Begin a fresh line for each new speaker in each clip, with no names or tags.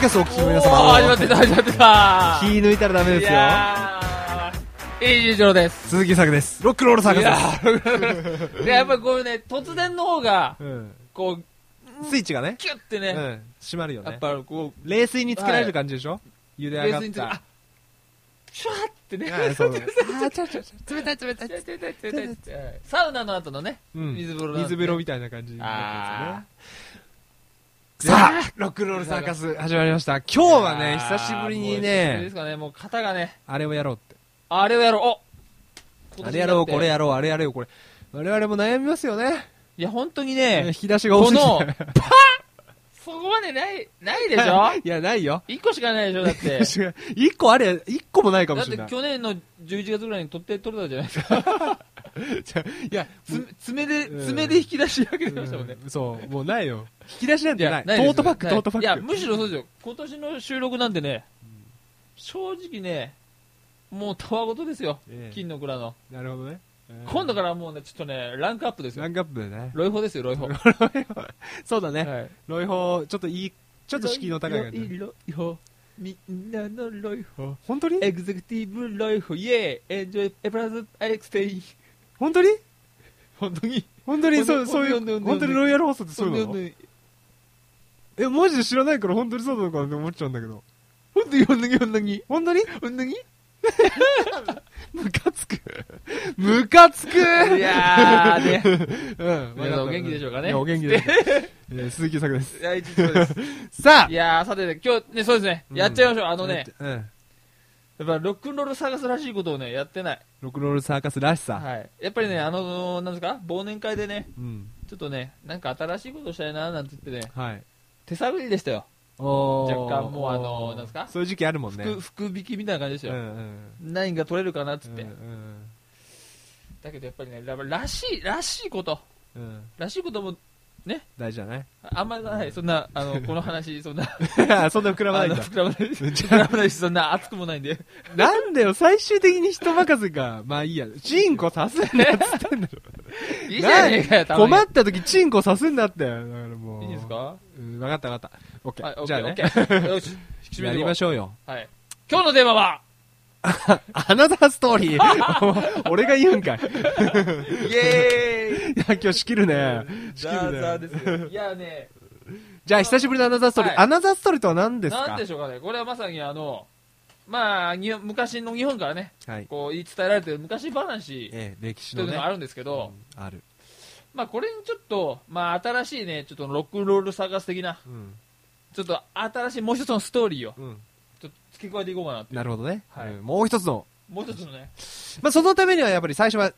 キャストをお聞きの皆
あ
様
始まってた始まってた
気抜いたらダメです
い
よ
やーいい以上です
鈴木作ですロックロール作
い
で
や
す、
ーでやっぱりこういうね突然の方が
うん、
こう
スイッチがね、
キュッて
うん
ね、、
閉まるよ
や
ね
っぱこう
冷水につけられる感じでしょ、茹で
ベ
上が
ー
っ
スにつ
た
あシュワッてね
ああそうああちょちょちょ冷たい冷たい
痛い痛い痛い痛い痛い痛いサウナの後のね
うん
水風呂なんで
水風呂みたいな感じにな
あ
ってますよねさあロックンロールサーカス始まりました今日はね
いやー
久しぶりに
もう久しぶりで
ね
すかねもう肩がね
あれをやろうって
あれをやろうお
あれやろうこれ
ろ
やろうあれやろうこれ我々も悩みますよね
ういや本当に
引
ね
き出しが多
こ
すぎて
のパッそこまでないないでしょ
いやないよ
一個しかないでしょだって
違う 一個あれ一個もないかも
だっ
しれ
て
ない
去年の11月ぐらいに取って取れたじゃないですか
いや
つ爪で
うん
爪で引き出し開けてましたもんね
うんそうもうないよ引き出しなんてない
いや
ト
です
ートバッグ
ない
トートバッグ
いやむしろそうですよ今年の収録なんてね正直ねもうたわごとですよ
ええ
金の蔵の
なるほどねうん
今度からもうねちょっとねランクアップです
ラ
よ
ンクアップでね
ロイホですよロイホ
そうだね
はい
ロイホちょっといいちょっと敷居の高い感
ロイ
じ
ロイホみんなのロイホ
本当に
エグゼクティブロイホイエーエンジョイエプラズアエクステイン
本当に
本当に
本当にそうそ
ほ
うんい
とにほ
うん
とに
本当にロイヤル放送ってそ
そうう
なのえマジで知らないから本当にそうなのかなって思っちゃうんだけど
本当に本当に本当に
本当に
本当に
ムカつくムカつく
いやーね
うん
皆さんお元気でしょうかね
いやお元気 ですえー鈴木作です
いや一日です
さあ
いやー、さてね、今日、ね、そうですね、
うん
やっちゃいましょう。あのね、
うん
やっぱロックンロール探すらしいことをね、やってない。
ロックンロールサーカスらしさ
はい。やっぱりね、あのー、なんですか、忘年会でね、
うん
ちょっとね、なんか新しいことしたいなーなんて言ってね、
はい
手探りでしたよ。
若
若干もうあのなんすか
そういう時期あるもんね
福、福引きみたいな感じでした
うんう
よ。
ん
何が取れるかなっつって。
うんうん
だけどやっぱりね、ららしい、らしいこと。
うん
らしいことも、
大事じゃない
あんまりない。そんな、あの、この話、そんな、
そんな膨らま
あ
ないん
の
だ
膨らまないし、膨らまないし、そんな熱くもないんで。
なんだよ最終的に人任せかまあいいやチンコさすんなっつってんだろ
いいじゃねえか よ、たまに。
困った時チンコさすんなってだからもう
い
い
いですか
うん分かった分かったオッケ
はい、
ー
オッ
じ
ケ
ゃあ
ー、オッ
ね
ケー。よし、引き締
や
めてい
り
こ
ましょうよ
う。はい。今日のテーマは、
アナザーストーリ ーお俺が言うんかいい
イエーイ
や今日仕切るね 仕切
ザー
る
ザーで
ね
すよ。いやね、
じゃあ久しぶりのアナザーストーリー
はい
アナザーストーリーとは何です
なん
か
でしょうかね、これはまさにあの、まあ、日本昔の日本からね、
はい
こう言い伝えられてる昔話
ええ歴史
と
の
いうの
ね
があるんですけど、
うんある
まあこれにちょっと、まあ新しいね、ちょっとロックンロール探す的な、
うん
ちょっと新しいもう一つのストーリーを
うん
ちょっと付け加えていこうかなって。
なるほどね、
はい
うんもう一つの、
もう一つのね、
まあ、そのためにはやっぱり最初は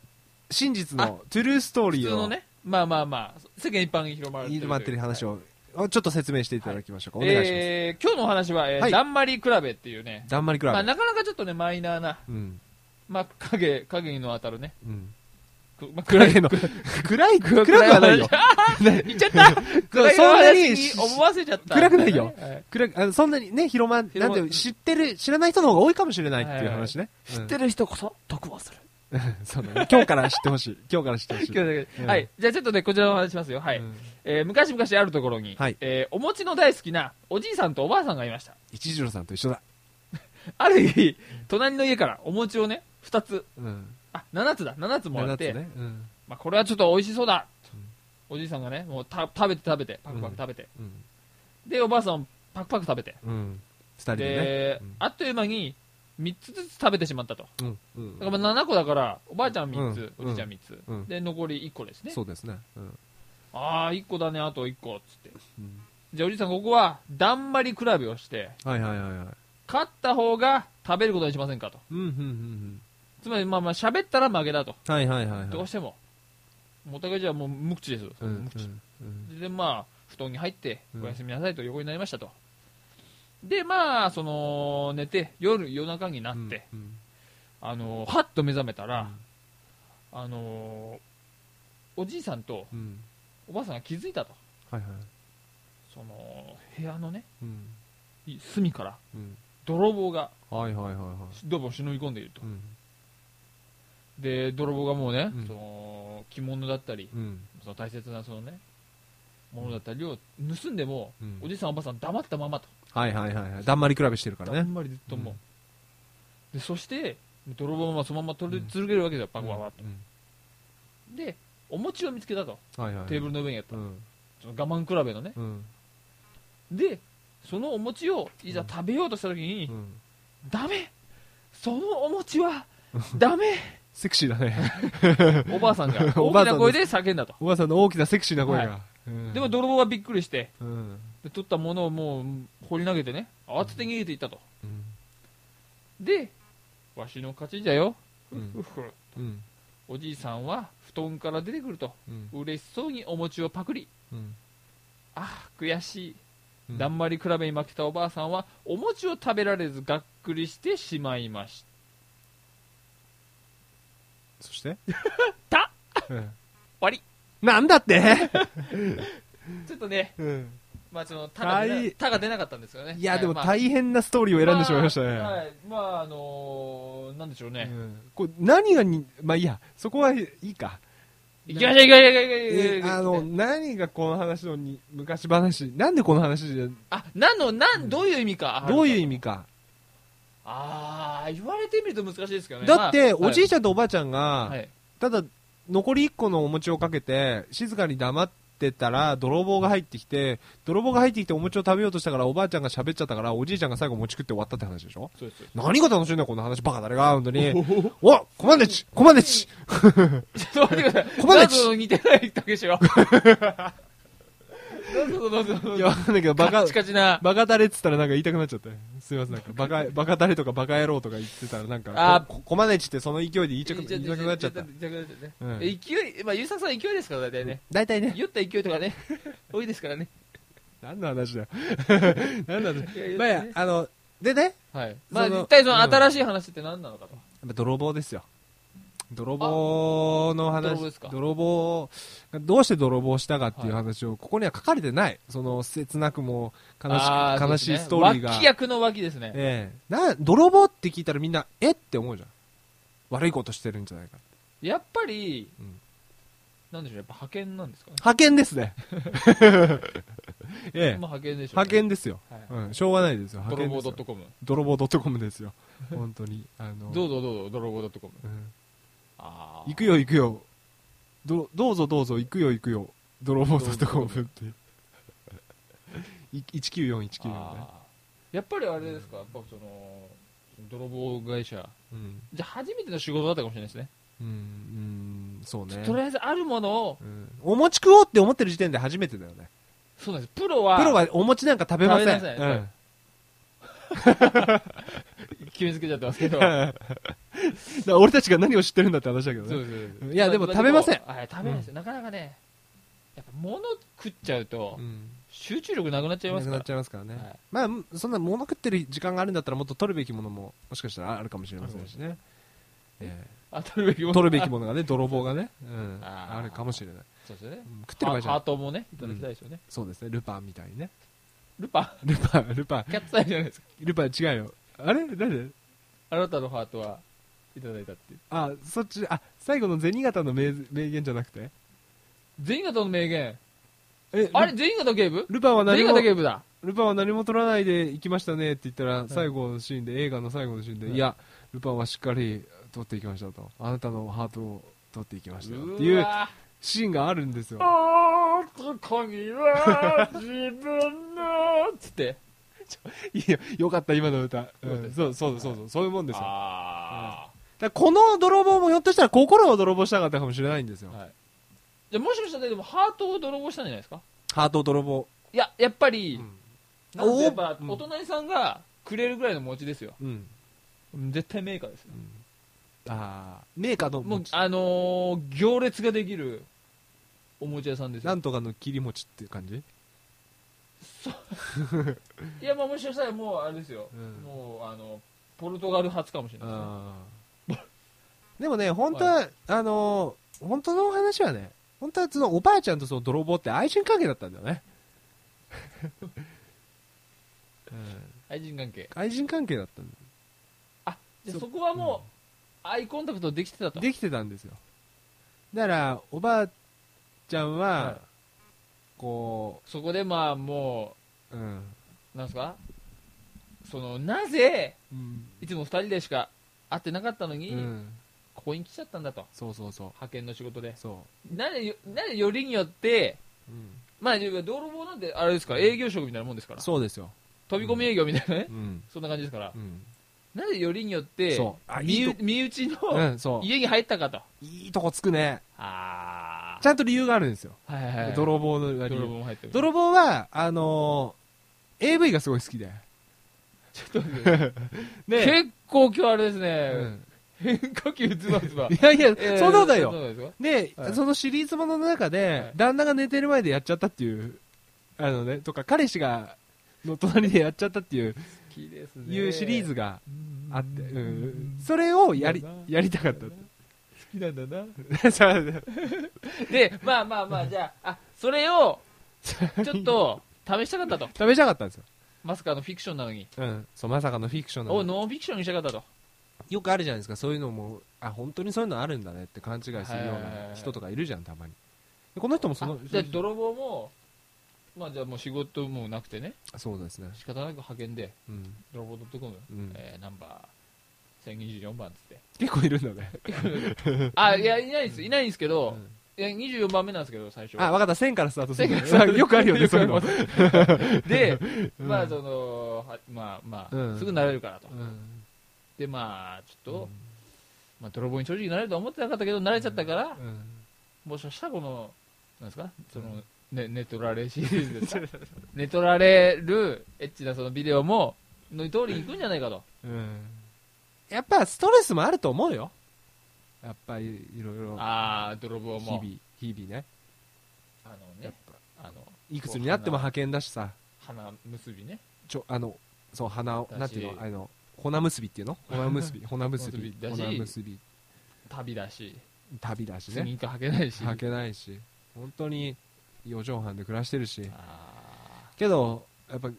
真実
あ
のトゥルーストー
普
リ
通
ーを
のね、まあまあまあ、世間一般に広まるという。
に待ってる話をちょっと説明していただきましょうか、お願いします、
えー今日のお話は、えー
はい
だんまり比べっていうね、
だんまりクラ
ま
ブ、
あ、なかなかちょっとね、マイナーな、
うん
まあ、影、影にの当たるね、
うん、
くま
暗
あ、暗
い
い
の暗い暗くはないよ
言っちゃった暗い
そんなに
話に思わせちゃった。
暗くないよ
はい
暗くあのそんなにね広ま
広ま
なんていう知ってる知らない人の方が多いかもしれないっていう話ね、
知ってる人こそ得をする。
うん そうだね今日から知ってほしい今日から知ってほしい、うん
はい。じゃあちょっとね、こちらのお話しますよ。はい。
うん
えー昔々あるところに、
はい
えーお餅の大好きなおじいさんとおばあさんがいました。
一条さんと一緒だ、
ある日、隣の家からお餅をね、2つ、
うん、
あ、7つだ、7つもら
7
っ
つ
て、
ね、うん
まあ、これはちょっと美味しそうだ、
うん
おじいさんがね、もうた食べて食べて、パクパク食べて。
うん
で、おばあさんもパクパク食べて。
うん、2人でね
で、
うん
あっという間に3つずつ食べてしまったと。
うんうん
だからまあ7個だから、おばあちゃん3つ、
うん
おじいちゃん3つ、
うん
で、残り1個ですね。
そうですね、うん
ああ、1個だね、あと1個、つって。じゃあ、おじいさん、ここは、だんまり比べをして、
はいはいはいはい
勝った方が食べることにしませんかと。
うんうんうん
つまり、まあまあ、喋ったら負けだと。
うんはいはいはいはい
どうしても。もうお互いじゃもう無口ですよ。
うんうん
無口。
うん
で、まあ、布団に入って、
うん
おやすみなさいと横になりましたと。で、まあ、その、寝て、夜、夜中になって、
うん
あのー、はっと目覚めたら、あのー、おじいさんと
うんうん
おばあさんが気づいたと。
はいはい
その、部屋のね、
うん
い隅から、
うん
泥棒が、
はいはいはいは
泥棒を忍び込んでいると
い。うん
で、泥棒がもうね、
うん
その着物だったり、
うん
その大切なそのね、ものだったりを盗んでも、
うん
おじいさんおばあさん黙ったままと。
はいはいはいはい。だんまり比べしてるか
あ
らね
ん。まりずっともう、でそして泥棒はそのまま取り続けるわけですよ、パクパクパク
うん
とでお餅を見つけたと
はいはい。
テーブルの上にあった、
うん。
その我慢比べのね
うん。
でそのお餅をいざ食べようとした時に、
うん。
ダメそのお餅 はダメ
セクシーだ ね。
おばあさんが
お
大
ばあ
き
さん
な声で叫んだと
おばあさんの大きなセクシーな声が。うん
でも、泥棒はびっくりして
うん。
で取ったものをもう放り投げてね慌てて逃げていったと
うん
でわしの勝ちじゃよ、
うんうん。
おじいさんは布団から出てくると
うん。
嬉しそうにお餅をパクリ
うん。
ああ悔しい、
うん
だんまり比べに負けたおばあさんはお餅を食べられずがっくりしてしまいまし
そ して
た
終
わり
なんだって
たちょっとね、
うん。
まあ、そのたが出
大
なたが出なかったんですよね
いや、
はい
でも
まあ
大変なストーリーを選んでしまいましたね。
あはい、まあ、あのーなんでしょうね。
うんこれ何がに、まあいいや、そこはいいか。
いきましょう、いきましょう、い
え
きましょういきましょう。
あの、何がこの話のに、昔話、なんでこの話で、
あ、なんの、なん、どういう意味か。
どういう
味
意味か。
あー、言われてみると難しいですけどね。
だって、
まあ
おじいちゃんとおばあちゃん
は
が、
い。
ただ、残り1個のお餅をかけて、静かに黙ってたら、泥棒が入ってきて、泥棒が入ってきてお餅を食べようとしたから、おばあちゃんが喋っちゃったから、おじいちゃんが最後餅食って終わったって話でしょ
そうです。
何が楽しいんだよ、この話、バカ誰が、本当に。おコマンデッチコマンデッチ
ちょっと待ってください。
コマネチ
謎の似てないだけしよ。謎の謎の
いや、わかんないけど、バ
カ
カ
ッチ、カチな。
バカタレって言ったらなんか言いたくなっちゃって。すいません、なん か、バカ、バカタレとかバカ野郎とか言ってたらなんか、
あー
こコマネチってその勢いで言いちゃく言いたくなっちゃった。
言いたくなっちゃった
うん
ね。勢い、まあ、ゆうささん勢いですから、大体ね。
大体ね。
酔った勢いと かね、多いですからね。
何の話だ よ。何の話
いやいや
まあいや、あの、でね、
はい。まあ、
その
一体その
うん
新しい話って何なのかと。
やっぱ泥棒ですよ。泥棒の話。
泥棒ですか
泥棒がどうして泥棒したかっていう話を、ここには書かれてない。その、切なくも悲し
あ
く、悲
ーそう
し
で
い
すね
ストーリーが。
脇役の脇ですね。
ええな、泥棒って聞いたらみんな、えって思うじゃん。悪いことしてるんじゃないか。
やっぱり、
うん
なんでしょう、やっぱ派遣なんですかね。
派遣ですね。 ええ
まあ、派遣でしょうね、
派遣ですよ。
はい
うん、しょうがないですよ。派遣
泥棒
です
ド
よ
ットコム。
泥棒 .com ですよ。本当に。あの、
どうぞどうぞ、泥棒ドットコム。
うん
あー
行くよ行くよ。ど、どうぞどうぞ行くよ行くよ。泥棒 .com って。い194194ね。
あーやっぱりあれですか、やっぱその、泥棒会社。
うん。
じゃあ初めての仕事だったかもしれないですね。
うん、うん、そうね。
とりあえずあるものを、
うんお餅食おうって思ってる時点で初めてだよね。
そうなんです。プロは、
プロはお餅なんか食べません。
食べなさい
うん
決めつけちゃってます けど。
だから俺たちが何を知ってるんだって話だけど
そう
ね。
ですそうです
いやでも食べません
はい、食べないですよ。なかなかね、やっぱ物食っちゃうと
う、ん。
集中力なくなっちゃいま
な
す
くな
か
っ
ら。
ちゃいますからね。
はい
まあ、そんな物食ってる時間があるんだったらもっと取るべきものも、もしかしたらあるかもしれませんしね。え
あ、取るべきも
え
の
取るべきもの がね、泥棒がね、うん、
あー
あるかもしれない。
そうですよね
う。ん食ってる
ハ
場合じゃな
ー
い。
トもね、いただきたいですよね。
そうですね、ルパンみたいにね。
ルパン、
ルパン、ルパン、
キャッツアイじゃないですか。
ルパン違うよ。あれ誰で
あなたのハートはいただいたっていう。
あ、そっち、あ、最後の銭形の名名言じゃなくて
全員型の名言。
え、
あれ、
ル
全員型ゲーム
ルパンは
全
何
員
も
型、ゲームだ。
ルパンは何も取らないで行きましたねって言ったら、最後のシーンで、映画の最後のシーンで、
はい
いや、ルパンはしっかり取っていきましたと。あなたのハートを取っていきましたよっていうう
わ
シーンがあるんですよ。
あーこには自分のつって。
いいよ、よかった、今の歌。う
よかったで
ん、
す
そうそうそうそう、そういうもんですよ。だか
あ
らこの泥棒もひょっとしたら心を泥棒したかったかもしれないんですよ。
はい。じゃあもしかしたらでもハートを泥棒したんじゃないですか
ハート泥棒。
いや、やっぱり、なん
お
かやっぱ
うん
お隣さんがくれるぐらいの餅ですよ。
うん。
絶対メーカーですよ。
ああ、メーカーの
もう
餅、
あのー、行列ができるお餅屋さんです
な
よ。
んとかの切り餅っていう感じ
いや、まあもしかしたらもうあれですよ。
うん
もう、あの、ポルトガル発かもしれないですね。
ああ。でもね、本当は、あのー本当の話はね、本当はそのおばあちゃんとその泥棒って愛人関係だったんだよ ね。うん
愛人関係。
愛人関係だったんだ
じゃ
そ
あそこはもう、アイコンタクトできてたと。
できてたんですよだからおばあちゃんは、
はい
こ
そこでまあも
う、うん、
う、なんですかそのなぜ
うん。
いつも2人でしか会ってなかったの
う
に、
ん。
ここに来ちゃったんだと
そうそうそう。
派遣の仕事で
そ
なぜよなぜよりによって
う。うん。
まあ道路棒なんてあれですから営業職みたいなもんですから
そうですよ。
飛び込み営業みたいなね、
うん。
そんな感じですから
うん。
なぜよりによって
そうあい
身
いと
内身内
う
の
ん、そう。
家に入ったかと、
いいとこつくね。
あ
ちゃんと理由があるんですよ。
あはいはいはい
泥棒の理
泥
由。
棒も入ってる
泥棒は、あのー、AV がすごい好きで。
ちょっと待ってください
ね
結構今日あれです
え。う
ね、
ん
変化球ズバ ズバ
いやいや、
えー
そんなことない
そ
よ。
うですか
で、
はい
そのシリーズものの中
は
で
い、
旦那が寝てる前でやっちゃったっていう、あのね、とか、彼氏が、の隣でやっちゃったっていう、
好きですね
いうシリーズがあって、うん。それをやり
そうだな、
やりたかった。
好きなんだ な
そう
でまあまあまあじゃああそれをちょっと試したかったと
食べたかったんですよ。
まさかのフィクションなのに
うん。そう、まさかのフィクションな
お
の
ノンフィクションにしたかったと
よくあるじゃないですか、そういうのも、あ、本当にそういうのあるんだねって勘違いするような人とかいるじゃん、たまに。でこの人もそ
あ
の、
じゃあ泥棒もまあじゃあもう仕事もなくてね
そうですね。
仕方なく派遣で
うん。
泥棒ドットコム、
うん
えーナンバー1024番っつって
結構いるんだね。
あいやいないですいないんですけど、
うん
いや24番目なんですけど最初
あ、 わかった、1000からスタートするんだね。
1000から
よくあるよね、そういう
よ
の
く。で、
うん
まあそのはまあまあ、
うん
すぐ慣れるからと、
うん
でまあちょっと、まあ、泥棒に正直なれるとは思ってなかったけど慣れちゃったから、
うん
もしかしたらこのなんですかその、ね、寝取られシリーズですか 寝取られるエッチなそのビデオもの通りに行くんじゃないかと
うんやっぱストレスもあると思うよ。やっぱりいろいろ、
ああ泥棒
日
も
々、日々ね。
あの
や
ね
っぱ
あの
いくつになっても派遣だしさ、
花結びね
ちょ、あの、そう、鼻を、
だし
なんていうの、あの、骨結びって いうの骨結び、骨結び、
だし
骨結び、
旅だし
旅だし
ス
ね。
ニーカー履けないし
履けないし、本当に四畳半で暮らしてるし、
あ
けど、やっぱ、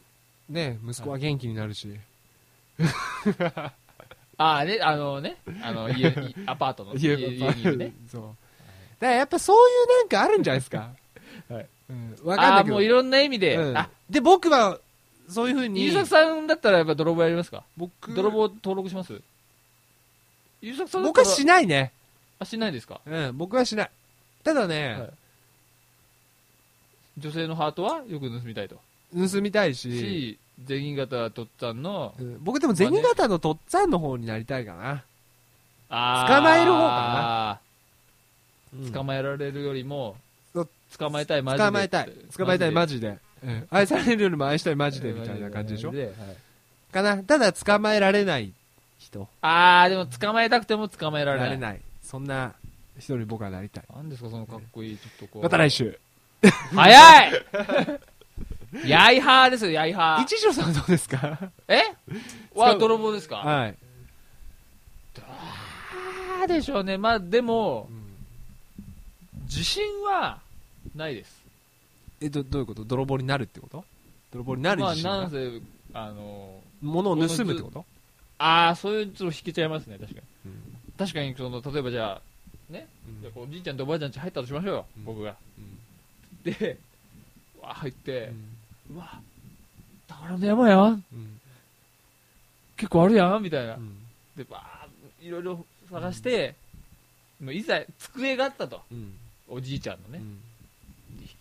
ね、息子は元気になるし、
ーあーねあのねあの 家いアパートの
家
家家にいるね
そう。だからやっぱそういうなんかあるんじゃないですか。
はい
うん。わかん
あ
な
あ
い
ー
けど。
もういろんな意味で、
うん
あ
で、僕は、そういうふうに
優、作さんだったらやっぱ泥棒やりますか
僕、
泥棒登録します優作さんだっ
僕
た
は
ら
しないね。
あしないですか、
うん、僕はしない。ただ
はい
ね、
女性のハートはよく盗みたいと
盗みたいし、
し全員型とっつぁんの
うん僕でも銭形のとっつぁんの方になりたいかな。
あ
捕まえる方
か
か
な捕
ま
まえられるよりも
そう
捕まえたいマジで
捕まえたい。捕まえたい、マ
ジ
ジで。うん愛されるよりも愛したい、マジで、
マ
みたいな感じでしょ
マジはい
かな。ただ、捕まえられない人。
ああでも捕まえたくても捕まえられな
ないれない。そんな人に僕はなりたい。
なんですかそのかっこいいちょっとこう
また来週。
早い ヤイハーですよヤイハー
一条さんはどうですか
えは
そう
泥棒ですか
はい。
ああでしょうねまあでも
うん
自信はないです
え、ど、どういうこと泥棒になるってこと泥棒になる
まあ
自信
なん
が
せあの
物を盗むってこと
ああそういうちょっと引けちゃいますね確かに
うん
確かにその例えばじゃあ
うん
じゃあこうおじいちゃんとおばあちゃんち入ったとしましょうよ、
うん
僕が
うん
でわあ入って
う、ん
うわ宝の山やん
うん
結構あるやんみたいな、
うん
でわあいろいろ探して、もういざ机があったと
うん
おじいちゃんの
う
ね、
ん
引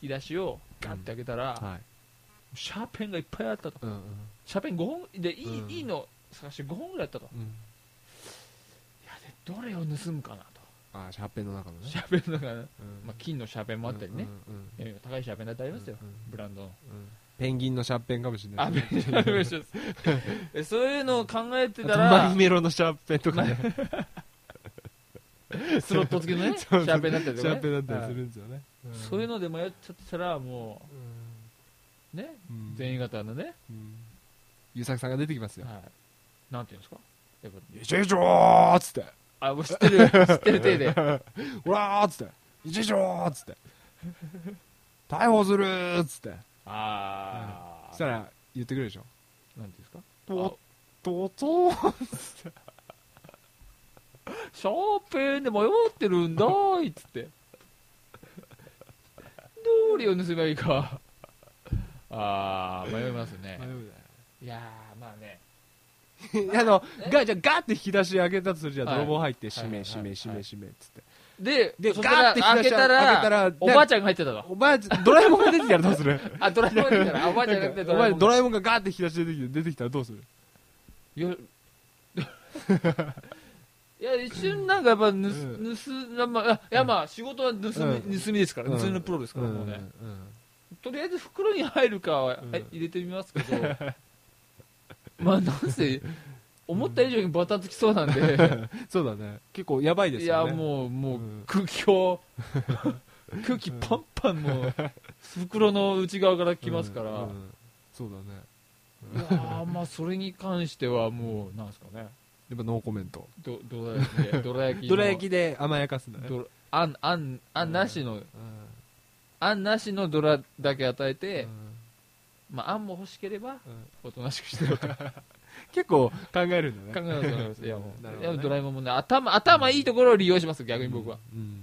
き出しをガンって開けたら、
はい
シャーペンがいっぱいあったと
うんうん
シャーペン5本でいい,、
うん
いいの探して5本ぐらいあったと
うん
どれを盗むかなと
あーシャーペンの中のね
シャーペンだから、
うん
まあ、金のシャーペンもあったりね、
うんうん
えー高いシャーペンだってありますよ、
うんうん
ブランドの
うんペンギンのシャーペンかもしれな
あ
い
ベンジャミンベンジャミン えそういうのを考えてた
あとマ
ら
イメロのシャーペンとかね
スロット付きのねシ
そうそう
ャーペンだったり
シ
と
ャ
か、ね
ー、ペンだったりす
は
るんですよね
いそういうので迷っちゃってたらもうね
うん
全員型のね、
うん優作さんが出てきますよ
はい、なんていうんですかやっ
「いちいちょー!」っつって
ぱあもう知って る知ってる体で
「うわー!」っつって「いちいちょー!」っつって「逮捕する!」っつって
あ
そし
あ、
たら言ってくれるでしょ
なんていうんですか
ととと
あシャーペンで迷ってるんだーいっつってどれを盗めばいいかああ迷いますねいやーまあね
あの、が、じゃあガーって引き出し開けたとするじゃん。
はい
泥棒入って、閉
は
め、
い
閉め、閉
は
め、
い
閉め、つって。
で、
で
そしたら
ガーって開
開
け
け
た
たら
開けたら
おばあちゃんが入ってたの。
おばあちゃん、ドラえもんが出てきたらどうする
あ、ドラえもんだから、あおばあちゃんが入って
お
ドラえ
前、
もん
ド
が。
ラえもんがガーって引き出し出てきて出てきたらどうする
いやいや、一瞬なんかやっぱ盗、盗、まあ、いやまあ、仕事は盗み、
うん
盗みですから、
うん
盗みのプロですから、もうね。
うん
とりあえず袋に入るかは、
うん
はい入れてみますけど、 まあなんせ思った以上にバタつきそうなんで、
そうだね。結構やばいで
い
す
や
よね。う。
もうも
う
う
ん
空気を空気パンパンもう袋の内側から来ますから、
うんうんそうだね。
いやーまあそれに関してはもうなんですかね
やっぱノーコメント。
どどら焼きでどら焼きの
ドラ焼きで甘やかすんだね。
どらあんあんあんなしの、
うん
あんなしのどらだけ与えて、
うん
まああんも欲しけれ
う
ば
ん
おとなしくしてようと
結構考えるんだ
考え
ね。
ます考えますいやもう、
なるほ
い
どね
やドラえもんもね頭頭いいところを利用します逆に僕は、
うん。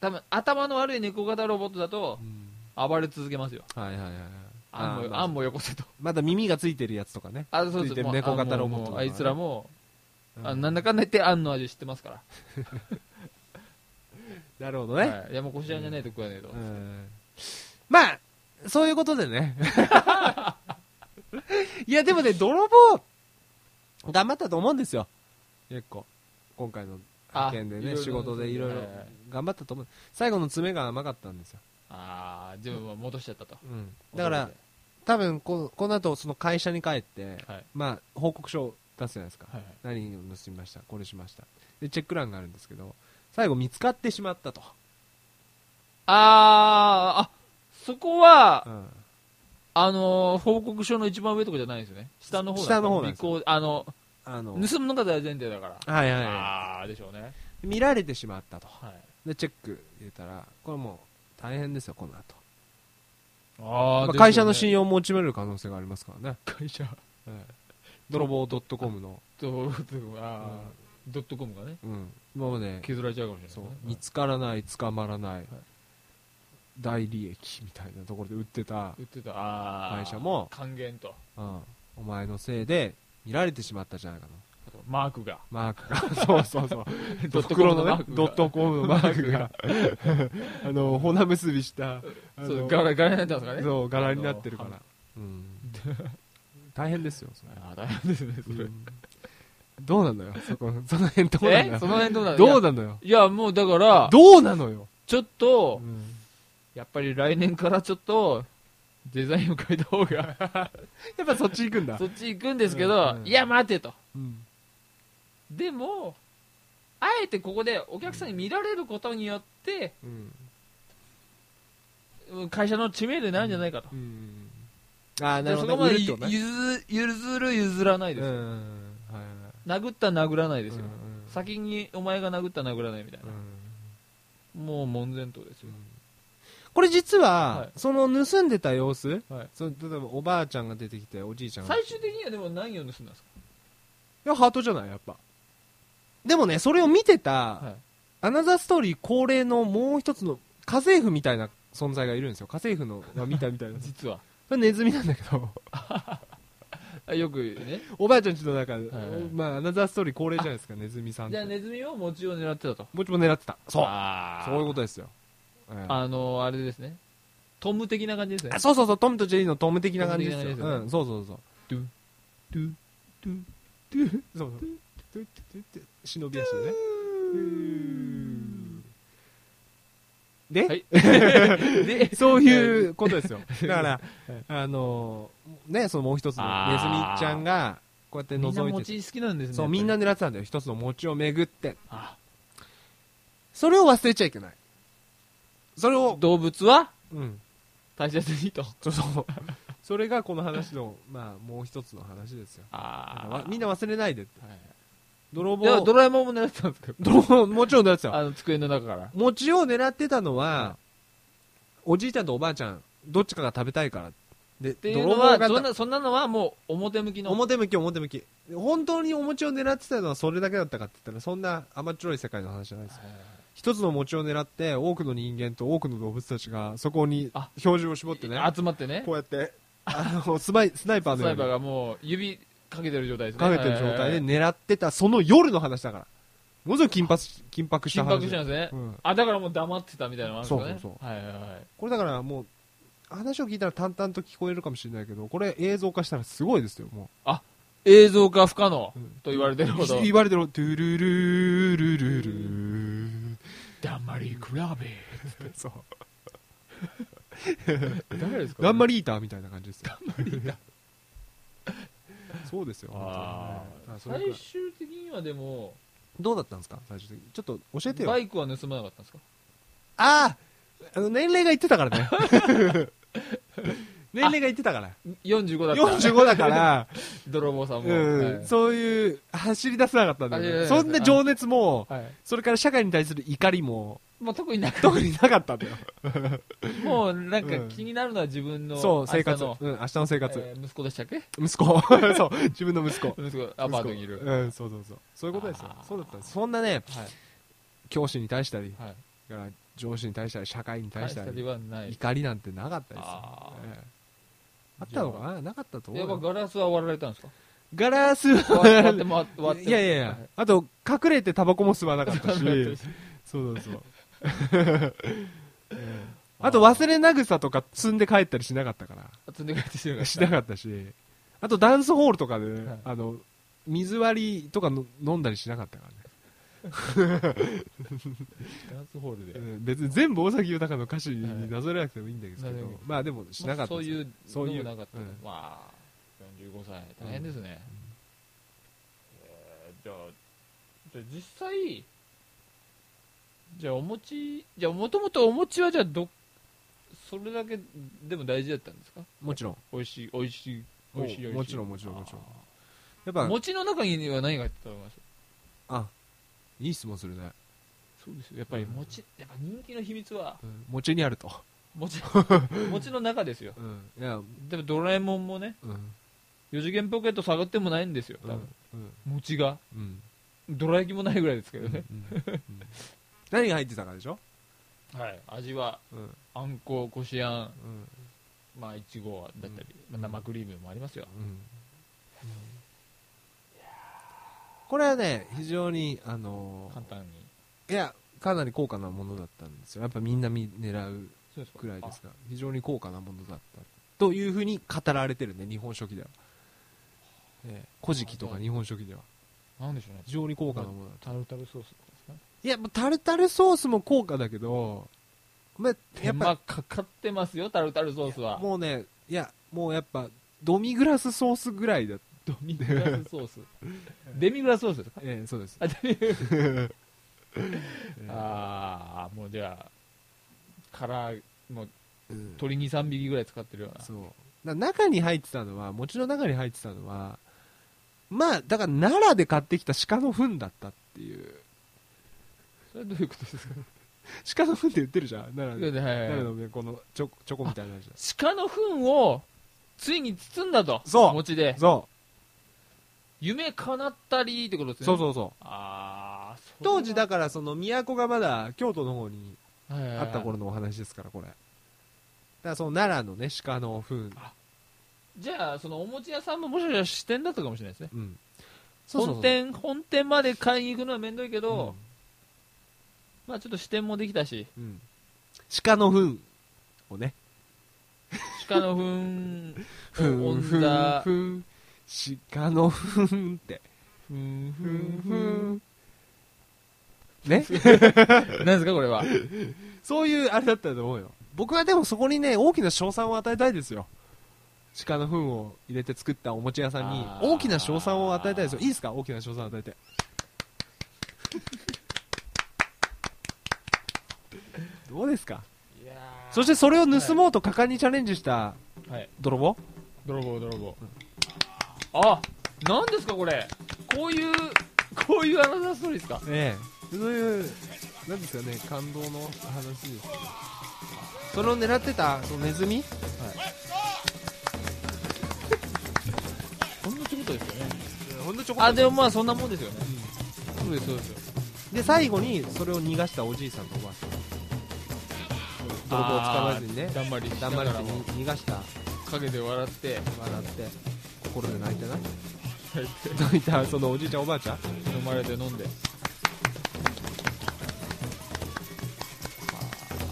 多分頭の悪い猫型ロボットだと
うん
暴れ続けますよ
はいはいはいはい。
あんも
あーまあ
あんもよこせと
まだ耳がついてるやつとかね。
あそう
つい
そ
てる
うもう
猫型ロボット
あ
と
もう
か
あいつらも、
うん
あなんだかんだ言ってあんの味知ってますから
なるほどね。
はい、いやもうこしらんじゃないと食わねえと、
うんまあ、そういうことで ね。いや、でもね、泥棒、頑張ったと思うんですよ。結構。今回の派遣で
あいろい
ね、
ろ
仕事でいろいろ
はいはい
頑張ったと思う。最後の詰めが甘かったんですよ。
ああ自分は戻しちゃったと
だから、多分こ、この後、その会社に帰って、
はい
まあ、報告書を出すじゃないですか。
はい
何を盗みました、これしました。で、チェック欄があるんですけど、最後見つかってしまったと。
あーあそこは、
うん
あのー報告書の一番上とかじゃないですよね下の方だ
下の方なんですよ
尾行あの
あの、
盗むのが大前提だから
はいはいは
ああでしょうね
い。見られてしまったと。
はい
で、チェック入れたら、これもう大変ですよ、この後。
あ
ま
ー
あ
ですよね
会社の信用を持ちめる可能性がありますからね。
会社
泥棒 .com の、
とあードットコムがね
うん、今まで、
削られちゃうかもしれない
そう
ね、
見つからない、捕まらない、大利益みたいなところで売ってた、
売ってたあー
会社も
還元と
うん、お前のせいで見られてしまったじゃないかと。
あとマークが
マークが、そうそう そう。
ドットコム
袋
の
の
マ
ね
ーク、が
ドットコムのマークが、 あの、骨結びした、あの
そうガラガラになったんですかね
そう、柄になってるか
あの
ら。うん。大変ですよ、それ。
あー大変ですねそれ、
どうなのよ、そこ、その辺どうなの
え
よ
そ。の辺どうなの
どうなのよ。
いやいやもうだから
どうなのよ。
ちょっと、やっぱり来年からちょっとデザインを変えた方が
やっぱそっち行くんだ
そ。っち行くんですけど、
うんうん
いや待てと
うん
でもあえてここでお客さんに見られることによって
うん
うん会社の知名度になるんじゃないかと、
うんああ、な
で
る
そ
ほ
こ
ど
ま
ね。売
で
ると
ゆ
ね
譲譲る譲らないで
う
すよ、
ん。はいはい
殴った殴らないですよ、
うんうん
先にお前が殴った殴らないみたいな
う、ん
もう門前とですよ、
これ実
は、
はいその盗んでた様子
はい
その例えばおばあちゃんが出てきて、おじいちゃんが。
最終的にはでも何を盗んだんですか、
いや、ハートじゃない、やっぱ。でもね、それを見て
は
た
い、
アナザーストーリー恒例のもう一つの、家政婦みたいな存在がいるんですよ。家政婦のが見たみた いな。そ
実は
れネズミなんだけど、
あよくね
おばあちゃんちの中、
い
まあ、アナザーストーリー恒例じゃないですか、ネズミさんっ
じ
て。
ゃあネズミを餅を狙ってたと
もちも狙ってた。そう。
あー
そういうことですよ。ええ
あのあれですねトム的な感じですね
あそうそうそう、トムとジェリーのトム的な感じです
トム
よ。
的な感
うん、そうそうそう。
ドゥ
ドゥ、ドゥ、ドゥ、そうそう。ドゥ、ドゥ、ドゥ、忍び足でね。で、
はい で
そういうことですよ。だ から、あのーね、そのもう一つのネズミちゃんが、こうやって
みんな
覗いてて、
餅好きなんですね
そう、みんな狙ってたんだよ。一つの餅を巡って。
あ
それを忘れちゃいけない。それを、
動物は
うん。
大切にと
そう そう。それがこの話の、まあ、もう一つの話ですよ。
あ
わみんな忘れないで。泥棒
いや ドラえもんも狙ってたんですけど
泥棒、もちろんだってたよ。
あの机の中から
餅を狙ってたのは、おじいちゃんとおばあちゃん、どっちかが食べたいから。で、
っていうのは
泥棒
そ
が
んなそんなのはもう表向きの
表向き表向き。本当にお餅を狙ってたのはそれだけだったかって言ったら、そんな甘っちょろい世界の話じゃないですよ。一つの餅を狙って、多くの人間と多くの動物たちが、そこに
あ
標準を絞ってね、
集まってね
こうやって、あの、スパイ、スナイパー
ス
の
ナ
よう
イ
に
パーがもう指かけてる状態ですね。
かけてる状態
はいはいは
で
い
狙ってた、その夜の話だから。ものすごい緊迫し緊迫した
緊
話。
迫したんですね。
うん
あ、だからもう黙ってたみたいなのもあるんですかね。
そうそう
はいはいはい。
これだからもう、話を聞いたら淡々と聞こえるかもしれないけど、これ映像化したらすごいですよ、も
映像化不可能
う。うん
と言われてるほど。
言われてる、トゥルルルルル
だんまりクラベ。
そう。
誰ですか
だんま
り。
りーターみたいな感じですよ。そうですよ。
あ
本当に
あ
ね。それくら
最
い
終的にはでも、
どうだったんですか最終的に。ちょっと教えてよ。
バ
あ
イクは盗まなかったんですか
あーあの年齢が言ってたからね。年齢が言ってたから。
?45 だった。
45だから、
泥棒さんも。
うん
はい
そういう走り出せなかったんだよね。
走り出せな
そ
かった
んな情熱も、
はい。
それから社会に対する怒りも、
まあ特になく、
特になかったんだよ。
もうなんか
うん
気になるのは自分の、
そう、生活。う
明
ん
日、
明日の生
の
活。
えー息子でしたっけ
息子。 そう、自分の息子。
息子、アパートにいる。
息子うん、そうそうそう。そういうことですよ
あ。ー
そうだったんですそんなね、
はい。
教師に対したり、
はい。
だから上司に対したり、社会に対
大
し
したた
り
り、はない。
怒りなんてなかったですよ。
あ
ええあったのかななかったと
あ。やっ
思
ぱ
うよ。
ガラスは割られたんですか
ガラスは、
割割っても割って
いやいやい や、あと、隠れてタバコも吸わなかったし、そうそうそう。ええ あと、忘れなぐさとか積んで帰ったりしなかったから。
積んで帰ってし なかった
しなかったし、あとダンスホールとかでね、
はい
あの、水割りとかの飲んだりしなかったからね。
ダンスホールで
うん別に全部大崎豊の歌詞になぞらなくてもいいんですけ
はい
ど、
なるほど
まあでもしなかった
そう
です
い
よ
う
そういう
のもなかった
うん
まあ45歳大変ですね、えーじゃあじゃあ実際じゃあお餅じゃあもともとお餅はじゃあどそれだけでも大事だったんですか
もちろん。
美味しい美味しい美味しい美味しい
もちろんもちろんもちろん。やっ
あー
ぱ、
餅の中には何が入ってたと思います
あ、いい質問するね。
そうですよやっぱり餅やっぱ人気の秘 密は
うん餅にあると。
餅餅の中ですよ
うん。いや、
でもドラえもんもね
うん。
四次元ポケット探ってもないんですよ多
う
分、
ん。うん
餅が
うん。
どら焼きもないぐらいですけ
うん
ど ね、
うん何が入ってたかでしょ
はい味は
うん。
あんここしあん
うん。
まあいちごだったり、まあ生クリームもありますよ
うんこれはね、非常に、あのー
簡単に
いや、かなり高価なものだったんですよ。やっぱみんなみ狙う
そうです
くらいですから、非常に高価なものだった。というふうに語られてるね、日本書紀では。ええ古事記とか日本書紀では。
あなんでしょうね
非常に高価なものだった。
タルタルソースとかですか
いや、もうタルタルソースも高価だけど、まあ、やっ
まあ
ぱ、
かかってますよタルタルソースは
もうね、いや、もうやっぱ、ドミグラスソースぐらいだ。
ドミグラスソースデミグラスソースですか
ええそうです。
あデミグラス
ええ
ああもうじゃあからもう
うん
鶏23匹ぐらい使ってるような
そう。な中に入ってたのは、餅の中に入ってたのは、まあ、だから奈良で買ってきた鹿の糞だったっていう。
それはどういうことですか
鹿の糞って言ってるじゃん、奈良
い
で。
やいやいや
奈良のねこのチョコチョコみたいなやつだ
鹿の糞をついに包んだと
そう
餅で
そ
夢叶ったりってことで
う。
すね
そうそうそう。
ああそれは
当時だからその都がまだ京都の方に
はいはいはい
あった頃のお話ですから、これ。だからその奈良のね、鹿の糞。
じゃあそのお餅屋さんももしかしたら支店だったかもしれないですね
うん。
本店本店まで買いに行くのは面倒いけど、
と、
まあちょっと支店もできたし
うん。鹿の糞を ね、
鹿の 糞
ふんふ
オン
ん
ダ
ふん、鹿の糞って。
ふんふ
ふん
ん
ふ
ふん
ん。ね
何ですかこれは
そういうあれだったと思うよ。僕はでもそこにね、大きな賞賛を与えたいですよ。鹿の糞を入れて作ったお餅屋さんに
あ、ー
大きな賞賛を与えたいですよ。いいですか大きな賞賛を与 えて。どうですか
いやー
そしてそれを盗もうと果敢にチャレンジした
はい
泥棒、
泥棒泥棒、あ何ですかこれこういうこういうアナザーストーリーですか
ええそういう、なんですかね、感動の話ですね。それを狙ってた、そのネズミ
こんな仕事ですよね
ほんのちょ
あでもまあそんなもんですよね
う
そうですそうですよ
んで最後にそれを逃がしたおじいさんとおばあさん泥棒を使わずにね
あーだんまりしな
黙
が
って
らも
逃がした
陰で笑って
笑って心で泣いてない
いて
どいたそのおじいちゃんおばあちゃん
飲まれて飲んで
い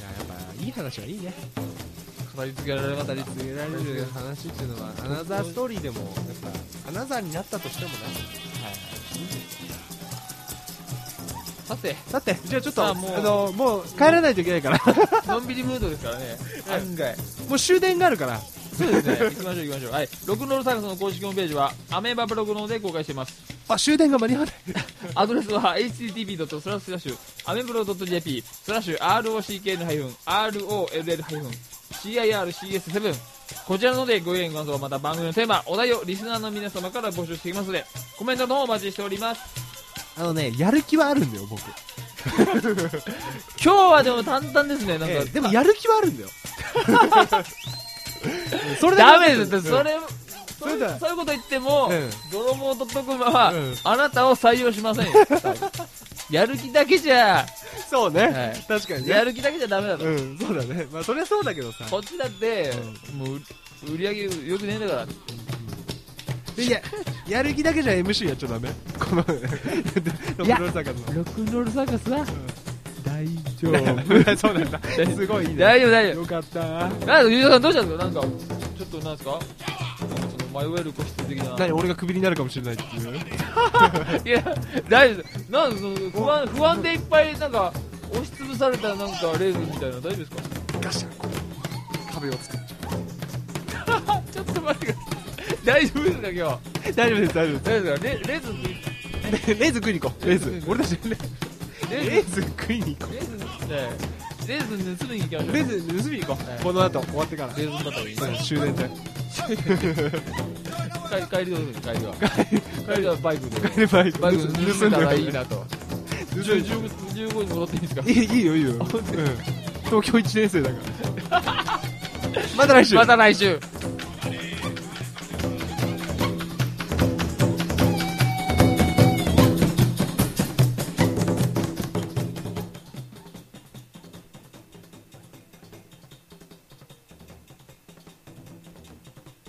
ややっぱいい話はいいね
語り継げられま
語
た
り
り
継げられる話っていうのはアナザーストーリーでもやっぱアナザーになったとしてもね
さ て
さてじゃあちょっと
さ
あ
あもう
のもう帰らないといけないから
のんびりムードですからね
案外もう終電があるから
そうですね行きましょう行きましょうはいロックンロールサーカスの公式ホームページはアメーバブログの方で公開しています
あ終電が間に合わない
アドレスは http. アメブロ .jp スラッシュ rockn-roll-circs7 こちらの方でご意見ご感想また番組のテーマお題をリスナーの皆様から募集していきますのでコメントの方お待ちしております
あのねやる気はあるんだよ僕
今日はでも淡々ですねなんか、
ええでもやる気はある んだよそれ
ダメですってそ
れ
れ、そ
そう
れ
だ
そういうこと言っても、
うん
泥棒とトクマは、
うん
あなたを採用しませんよやる気だけじゃ、
そうね、
はい
確かにね
やる気だけじゃダメだと、
うんそうだねまあそりゃそうだけどさ
こっちだって、もう売り上げよくねえんだから
いややる気だけじゃ MC やっちゃダメこのロックロールサーカスの
ロックンロールサーカスは大丈
そうなんだ。すごいね。
大丈夫大丈
よかった。
夫なんかゆうさんどうしたんですかなんかちょっとなんですかなんかその迷える個室的な
何俺がクビになるかもしれないっていう。
いや大丈夫ですなんかその不安不安でいっぱいなんか押しつぶされたなんかレールみたいなの大丈夫ですか
ガシャンこう壁を作っちゃ
ちょっと待ってください大丈夫ですか今日
う。大丈夫です大丈夫
大丈夫ですかレレ
です。
ズ
レーズ食いに行こう。レーズ。俺たちね
レ
レーズ食いに行こ
レズってレズ盗みに行きましょ
う。
う
レーズ盗みに行こ。
はいう
この後終わってから。
レズだった方がいい
うん終電で。
帰帰りどうですか帰りは帰りはバイクで
でバイク
バイク盗んだらいい
盗
なと
ん
じゃ
で
あ
るから
15 15に戻っていいですか
いいいいよいいよ。うん東京一年生だから。また来週。
また来週